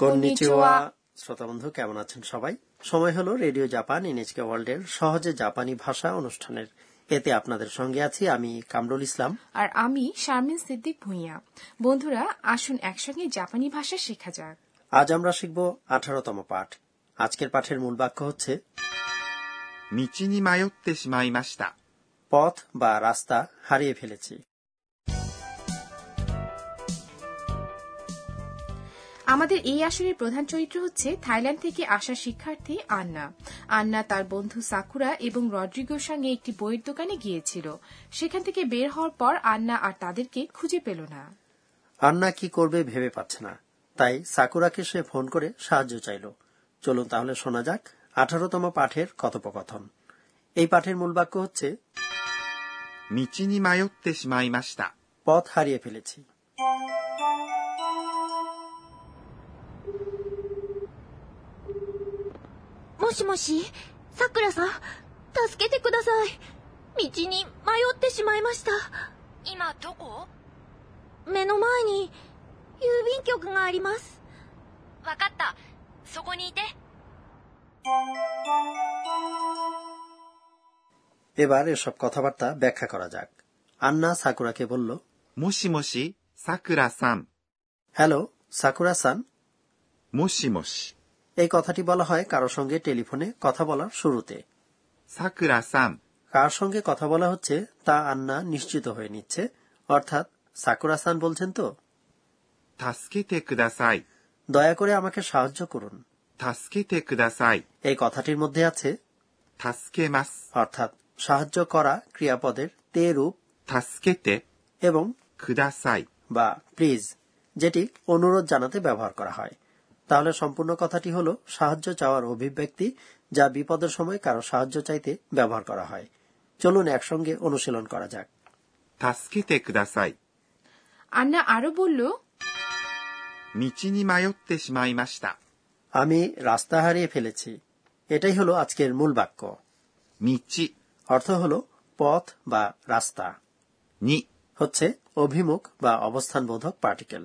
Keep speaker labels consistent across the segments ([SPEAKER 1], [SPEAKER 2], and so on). [SPEAKER 1] konnichiwa শ্রোতা বন্ধু কেমন আছেন সবাই সময় হলো রেডিও জাপান এনএচকে ওয়ার্ল্ডের সহজে জাপানি ভাষা অনুষ্ঠানের এতে আপনাদের সঙ্গে আছি আমি কামরুল ইসলাম
[SPEAKER 2] আর আমি শারমিন সিদ্দিক ভুঁইয়া বন্ধুরা আসুন একসঙ্গে জাপানি ভাষা শেখা যাক
[SPEAKER 1] আজ আমরা শিখব আঠারোতম পাঠ আজকের পাঠের মূল বাক্য হচ্ছে
[SPEAKER 3] 道に迷ってしまいました。
[SPEAKER 1] পথ বা রাস্তা হারিয়ে ফেলেছি
[SPEAKER 2] আমাদের এই আসরের প্রধান চরিত্র হচ্ছে থাইল্যান্ড থেকে আসা শিক্ষার্থী আন্না আন্না তার বন্ধু সাকুরা এবং রড্রিগোর সঙ্গে একটি বইয়ের দোকানে গিয়েছিল সেখান থেকে বের হওয়ার পর আন্না আর তাদেরকে খুঁজে পেল না
[SPEAKER 1] আন্না কি করবে ভেবে পাচ্ছে না তাই সাকুরাকে সে ফোন করে সাহায্য চাইল চলুন তাহলে শোনা যাক আঠারোতম পাঠের কথোপকথন এই পাঠের মূল বাক্য হচ্ছে
[SPEAKER 3] 道に迷ってしまいました。
[SPEAKER 1] পথ হারিয়ে ফেলেছি
[SPEAKER 4] 「もしもしさくらさん助けてください道に迷ってしまいました今どこ目の前に郵便局がありますわかったそこにいて
[SPEAKER 1] এবার এসব কথাবার্তা ব্যাখ্যা করা যাক আন্না সাকুরাকে বলল
[SPEAKER 3] もしもし、さくらさん。
[SPEAKER 1] হ্যালো সাকুরা সান
[SPEAKER 3] もしもし、
[SPEAKER 1] এই কথাটি বলা হয় কারো সঙ্গে টেলিফোনে কথা বলার শুরুতে
[SPEAKER 3] さくらさん。
[SPEAKER 1] কার সঙ্গে কথা বলা হচ্ছে তা আন্না নিশ্চিত হয়ে নিচ্ছে অর্থাৎ সাকুরা সান বলছেন তো
[SPEAKER 3] 助けてください。
[SPEAKER 1] দয়া করে আমাকে সাহায্য করুন
[SPEAKER 3] 助けてください。
[SPEAKER 1] এই কথাটির মধ্যে আছে
[SPEAKER 3] 助けます。
[SPEAKER 1] অর্থাৎ সাহায্য করা ক্রিয়াপদের তে রূপ
[SPEAKER 3] 助けて
[SPEAKER 1] এবং
[SPEAKER 3] ください。
[SPEAKER 1] বা প্লিজ যেটি অনুরোধ জানাতে ব্যবহার করা হয় তাহলে সম্পূর্ণ কথাটি হলো সাহায্য চাওয়ার অভিব্যক্তি যা বিপদের সময় কারো সাহায্য চাইতে ব্যবহার করা হয় চলুন একসঙ্গে অনুশীলন করা যাক
[SPEAKER 3] 助けてください。
[SPEAKER 2] আন্না আরও বলল
[SPEAKER 3] 道に迷ってしまいました。
[SPEAKER 1] আমি রাস্তা হারিয়ে ফেলেছি এটাই হলো আজকের মূল বাক্য
[SPEAKER 3] 道
[SPEAKER 1] অর্থ হলো পথ বা রাস্তা
[SPEAKER 3] に
[SPEAKER 1] হচ্ছে অভিমুখ বা অবস্থানবোধক পার্টিকেল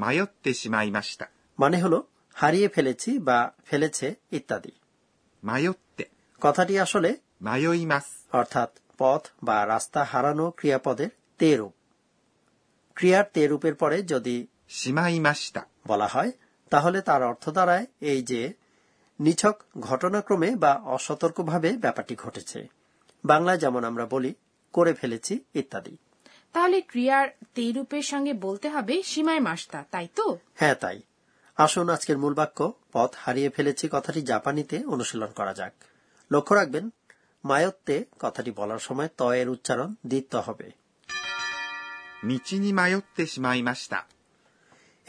[SPEAKER 3] 迷ってしまいました。
[SPEAKER 1] মানে হলো হারিয়ে ফেলেছি বা ফেলেছে ইত্যাদি
[SPEAKER 3] 迷って、
[SPEAKER 1] কথাটি আসলে
[SPEAKER 3] 迷います。
[SPEAKER 1] অর্থাৎ পথ বা রাস্তা হারানো ক্রিয়াপদের তে রূপ ক্রিয়ার তে রূপের পরে যদি
[SPEAKER 3] しまいました。
[SPEAKER 1] বলা হয় তাহলে তার অর্থ দাঁড়ায় এই যে নিছক ঘটনাক্রমে বা অসতর্কভাবে ব্যাপারটি ঘটেছে বাংলায় যেমন আমরা বলি করে ফেলেছি ইত্যাদি
[SPEAKER 2] তাহলে ক্রিয়ার তেরূপের সঙ্গে বলতে হবে সীমায় মাস্তা তাই তো
[SPEAKER 1] হ্যাঁ তাই আসুন আজকের মূল বাক্য পথ হারিয়ে ফেলেছি কথাটি জাপানিতে অনুশীলন করা যাক লক্ষ্য রাখবেন মায়ত্তে কথাটি বলার সময় ত এর উচ্চারণ দিতে হবে
[SPEAKER 3] 道に迷ってしまいました。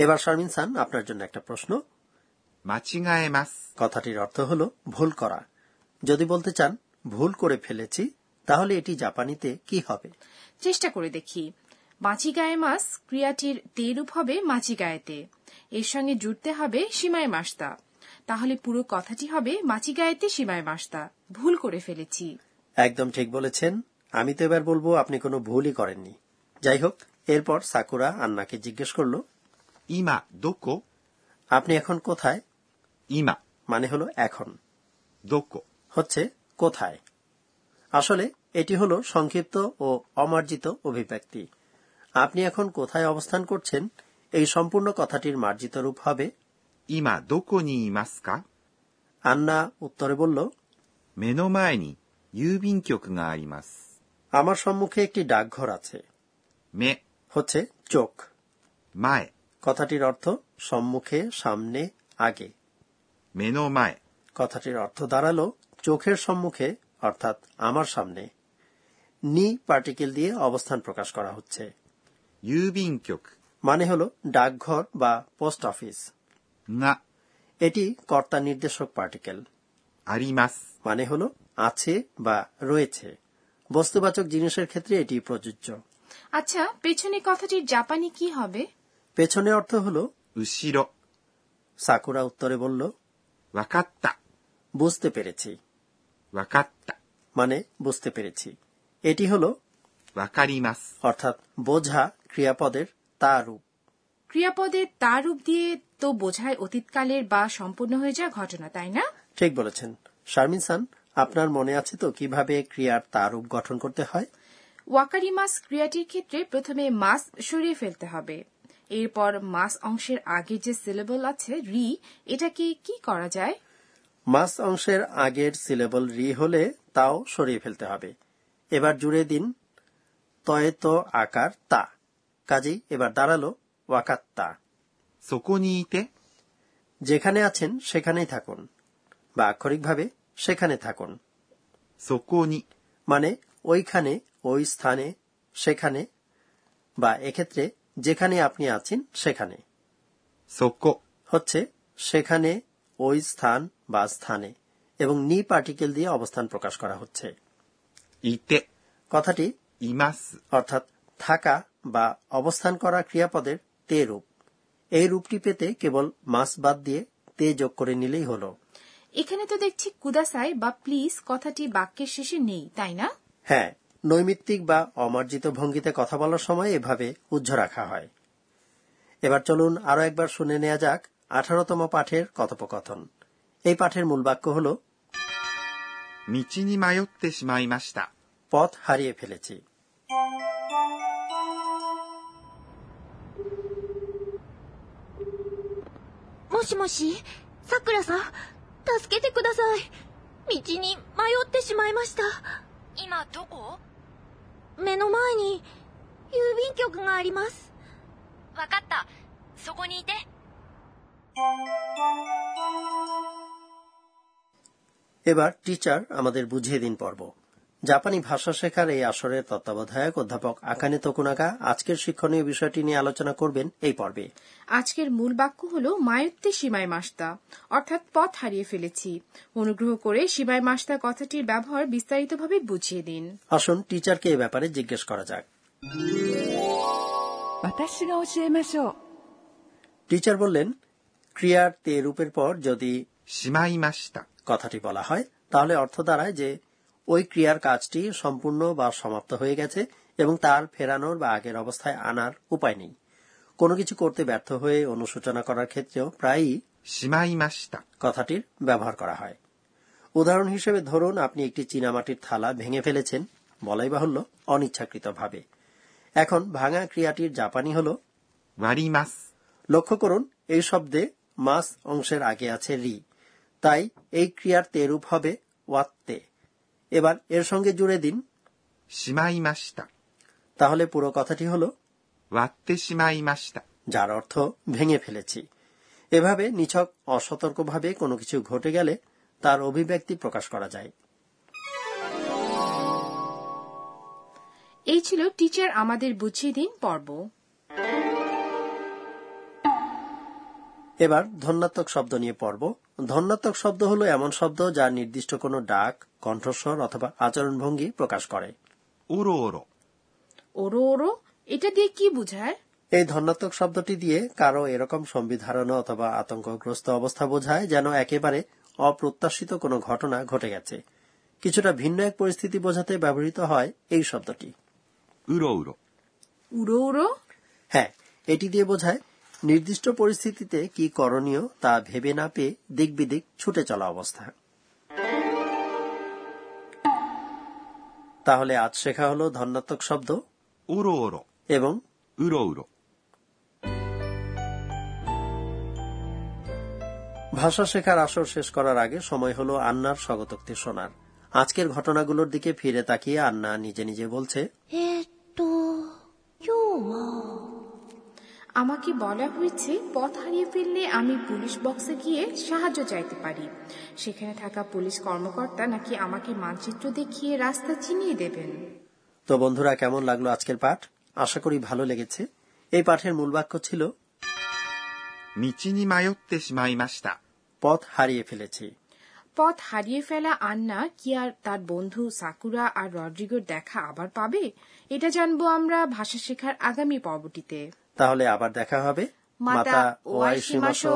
[SPEAKER 1] এবার শারমিন সান আপনার জন্য একটা প্রশ্ন
[SPEAKER 3] 間違えます。
[SPEAKER 1] কথাটির অর্থ হলো ভুল করা যদি বলতে চান ভুল করে ফেলেছি তাহলে এটি জাপানিতে কি হবে
[SPEAKER 2] চেষ্টা করে দেখি মাচিগায়ে মাস ক্রিয়াটির তেরূপ হবে মাচিগায়েতে এর সঙ্গে জুড়তে হবে সীমায় মাস্তা তাহলে পুরো কথাটি হবে মাচিগায়েতে সীমায় মাস্তা ভুল করে ফেলেছি
[SPEAKER 1] একদম ঠিক বলেছেন আমি তো এবার বলবো আপনি কোনো ভুলই করেননি যাই হোক এরপর সাকুরা আন্নাকে জিজ্ঞেস করলো
[SPEAKER 3] 今、どこ
[SPEAKER 1] আপনি এখন কোথায়
[SPEAKER 3] 今、
[SPEAKER 1] মানে হলো এখন
[SPEAKER 3] どこ
[SPEAKER 1] হচ্ছে কোথায় আসলে এটি হলো সংক্ষিপ্ত ও অমার্জিত অভিব্যক্তি আপনি এখন কোথায় অবস্থান করছেন এই সম্পূর্ণ কথাটির মার্জিত রূপ হবে
[SPEAKER 3] 今どこにいますか
[SPEAKER 1] আন্না উত্তরে বলল
[SPEAKER 3] 目の前に郵便局があります。
[SPEAKER 1] আমার সম্মুখে একটি ডাকঘর আছে
[SPEAKER 3] 目、
[SPEAKER 1] হচ্ছে চোখ
[SPEAKER 3] 前、
[SPEAKER 1] কথাটির অর্থ সম্মুখে সামনে আগে
[SPEAKER 3] 目の前、
[SPEAKER 1] কথাটির অর্থ দাঁড়ালো চোখের সম্মুখে অর্থাৎ আমার সামনে নি পার্টিকেল দিয়ে অবস্থান প্রকাশ করা হচ্ছে
[SPEAKER 3] 郵便局
[SPEAKER 1] মানে হলো ডাকঘর বা পোস্ট অফিস
[SPEAKER 3] が
[SPEAKER 1] এটি কর্তা নির্দেশক পার্টিকেল
[SPEAKER 3] あります。
[SPEAKER 1] মানে হলো আছে বা রয়েছে বস্তুবাচক জিনিসের ক্ষেত্রে এটি প্রযোজ্য
[SPEAKER 2] আচ্ছা পেছনে কথাটির জাপানি কি হবে
[SPEAKER 1] পেছনে অর্থ হলো
[SPEAKER 3] 後ろ、
[SPEAKER 1] সাকুরা উত্তরে বলল
[SPEAKER 3] わかった、
[SPEAKER 1] বুঝতে পেরেছি
[SPEAKER 3] わかった、
[SPEAKER 1] মানে বুঝতে পেরেছি এটি হলো
[SPEAKER 3] わかります。
[SPEAKER 1] অর্থাৎ বোঝা ক্রিয়াপদের তা রূপ
[SPEAKER 2] ক্রিয়াপদে তার রূপ দিয়ে ত তো বোঝায় অতীতকালের বা সম্পূর্ণ হয়ে যাওয়া ঘটনা তাই না
[SPEAKER 1] ঠিক বলেছেন শারমিন সান আপনার মনে আছে তো কিভাবে ক্রিয়ার তারূপ গঠন করতে হয়
[SPEAKER 2] ওয়াকারি মাস ক্রিয়াটির ক্ষেত্রে প্রথমে মাস সরিয়ে ফেলতে হবে এরপর মাস অংশের আগে যে সিলেবল আছে রি এটাকে কি করা যায়
[SPEAKER 1] মাস অংশের আগের সিলেবল রি হলে তাও সরিয়ে ফেলতে হবে এবার জুড়ে দিন তয়ে তো আকার তা কাজেই এবার দাঁড়ালো ওয়াকাত্তা
[SPEAKER 3] そこにいて、
[SPEAKER 1] যেখানে আছেন সেখানেই থাকুন বা আক্ষরিকভাবে সেখানে থাকুন
[SPEAKER 3] そこに、
[SPEAKER 1] মানে ওইখানে ওই স্থানে সেখানে বা এক্ষেত্রে যেখানে আপনি আছেন সেখানে
[SPEAKER 3] そこ、
[SPEAKER 1] হচ্ছে সেখানে ওই স্থান বা স্থানে এবং নি পার্টিকেল দিয়ে অবস্থান প্রকাশ করা হচ্ছে
[SPEAKER 3] いて、
[SPEAKER 1] কথাটি
[SPEAKER 3] います。
[SPEAKER 1] অর্থাৎ থাকা বা অবস্থান করা ক্রিয়াপদের তে রূপ এই রূপটি পেতে কেবল মাস বাদ দিয়ে তে যোগ করে নিলেই হলো
[SPEAKER 2] এখানে তো দেখছি কুদাসাই বা প্লিজ কথাটি বাক্যের শেষে নেই তাই না
[SPEAKER 1] হ্যাঁ নৈমিত্তিক বা অমার্জিত ভঙ্গিতে কথা বলার সময় এভাবে উজ্জ রাখা হয় এবার চলুন আরো একবার শুনে নেওয়া যাক আঠারোতম পাঠের কথোপকথন এই পাঠের মূল বাক্য হল
[SPEAKER 3] 道に迷ってしまいました。
[SPEAKER 1] পথ হারিয়ে ফেলেছি
[SPEAKER 4] もしもし、さくらさん、助けてください。道に迷ってしまいました。今どこ目の前に郵便局があります。わかった。そこにいて。
[SPEAKER 1] এবার টিচার আমাদের বুঝিয়ে দিন পর্ব জাপানি ভাষা শেখার এই আসরের তত্ত্বাবধায়ক অধ্যাপক আকানে তকুনাকা আজকের শিক্ষণীয় বিষয়টি নিয়ে আলোচনা করবেন এই পর্বে
[SPEAKER 2] আজকের মূল বাক্য হল মায়ত্তে সীমায় মাস্তা অর্থাৎ পথ হারিয়ে ফেলেছি অনুগ্রহ করে সীমায় মাস্তা কথাটির ব্যবহার বিস্তারিতভাবে বুঝিয়ে দিন
[SPEAKER 1] আসুন টিচারকে এ ব্যাপারে জিজ্ঞেস করা যাক
[SPEAKER 5] 私が教えましょう
[SPEAKER 1] টিচার বললেন ক্রিয়ার তে রূপের পর যদি
[SPEAKER 3] しまいました。
[SPEAKER 1] কথাটি বলা হয় তাহলে অর্থ দাঁড়ায় যে ওই ক্রিয়ার কাজটি সম্পূর্ণ বা সমাপ্ত হয়ে গেছে এবং তার ফেরানোর বা আগের অবস্থায় আনার উপায় নেই কোনো কিছু করতে ব্যর্থ হয়ে অনুশোচনা করার ক্ষেত্রেও প্রায়ই
[SPEAKER 3] しまいました。
[SPEAKER 1] কথাটির ব্যবহার করা হয় উদাহরণ হিসেবে ধরুন আপনি একটি চীনামাটির থালা ভেঙে ফেলেছেন বলাই বাহুল্য অনিচ্ছাকৃতভাবে এখন ভাঙা ক্রিয়াটির জাপানি হল
[SPEAKER 3] 割ります。
[SPEAKER 1] লক্ষ্য করুন এই শব্দে মাস অংশের আগে আছে রি তাই এই ক্রিয়ার তেরূপ হবে ওয়াত্তে এবার এর সঙ্গে জুড়ে দিন
[SPEAKER 3] しまいました。
[SPEAKER 1] তাহলে পুরো কথাটি হলো
[SPEAKER 3] 割ってしまいました。
[SPEAKER 1] যার অর্থ ভেঙে ফেলেছি এভাবে নিছক অসতর্কভাবে কোনো কিছু ঘটে গেলে তার অভিব্যক্তি প্রকাশ করা যায়
[SPEAKER 2] এই ছিল টিচার আমাদের বুঝিয়ে দিন পর্ব
[SPEAKER 1] এবার ধন্যাত্মক শব্দ নিয়ে পর্ব ধন্যাত্মক শব্দ হলো এমন শব্দ যা নির্দিষ্ট কোনো ডাক কণ্ঠস্বর অথবা আচরণভঙ্গি প্রকাশ করে
[SPEAKER 3] おろおろ、
[SPEAKER 2] ওরো ওরো এটা দিয়ে কি বোঝায়
[SPEAKER 1] এই ধন্যাত্মক শব্দটি দিয়ে কারো এরকম সম্বিধারণা অথবা আতঙ্কগ্রস্ত অবস্থা বোঝায় যেন একেবারে অপ্রত্যাশিত কোনো ঘটনা ঘটে গেছে কিছুটা ভিন্ন এক পরিস্থিতি বোঝাতে ব্যবহৃত হয় এই শব্দটি
[SPEAKER 3] うろうろ、
[SPEAKER 2] উড়ো উড়ো
[SPEAKER 1] হ্যাঁ এটি দিয়ে বোঝায় নির্দিষ্ট পরিস্থিতিতে কি করণীয় তা ভেবে না পেয়ে দিক বিদিক ছুটে চলা অবস্থা তাহলে আজ শেখা হলো ধন্যাত্মক শব্দ
[SPEAKER 3] おろおろ、
[SPEAKER 1] এবং
[SPEAKER 3] うろうろ。
[SPEAKER 1] ভাষা শেখার আসর শেষ করার আগে সময় হলো আন্নার স্বগতোক্তি শোনার আজকের ঘটনাগুলোর দিকে ফিরে তাকিয়ে আন্না নিজে নিজে বলছে
[SPEAKER 4] えーっと、今日は、
[SPEAKER 2] আমাকে বলা হয়েছে পথ হারিয়ে ফেললে আমি পুলিশ বক্সে গিয়ে সাহায্য চাইতে পারি সেখানে থাকা পুলিশ কর্মকর্তা নাকি আমাকে মানচিত্র দেখিয়ে রাস্তা চিনিয়ে দেবেন
[SPEAKER 1] তো বন্ধুরা কেমন লাগলো আজকের পাঠ আশা করি ভালো লেগেছে এই পাঠের মূল বাক্য ছিল
[SPEAKER 3] 道に迷ってしまいました。
[SPEAKER 1] পথ হারিয়ে ফেলেছি
[SPEAKER 2] পথ হারিয়ে ফেলা আন্না কি আর তার বন্ধু সাকুরা আর রড্রিগোর দেখা আবার পাবে এটা জানবো আমরা ভাষা শেখার আগামী পর্বটিতে
[SPEAKER 1] তাহলে আবার দেখা হবে
[SPEAKER 2] মাতা ওয়াই সীমাসো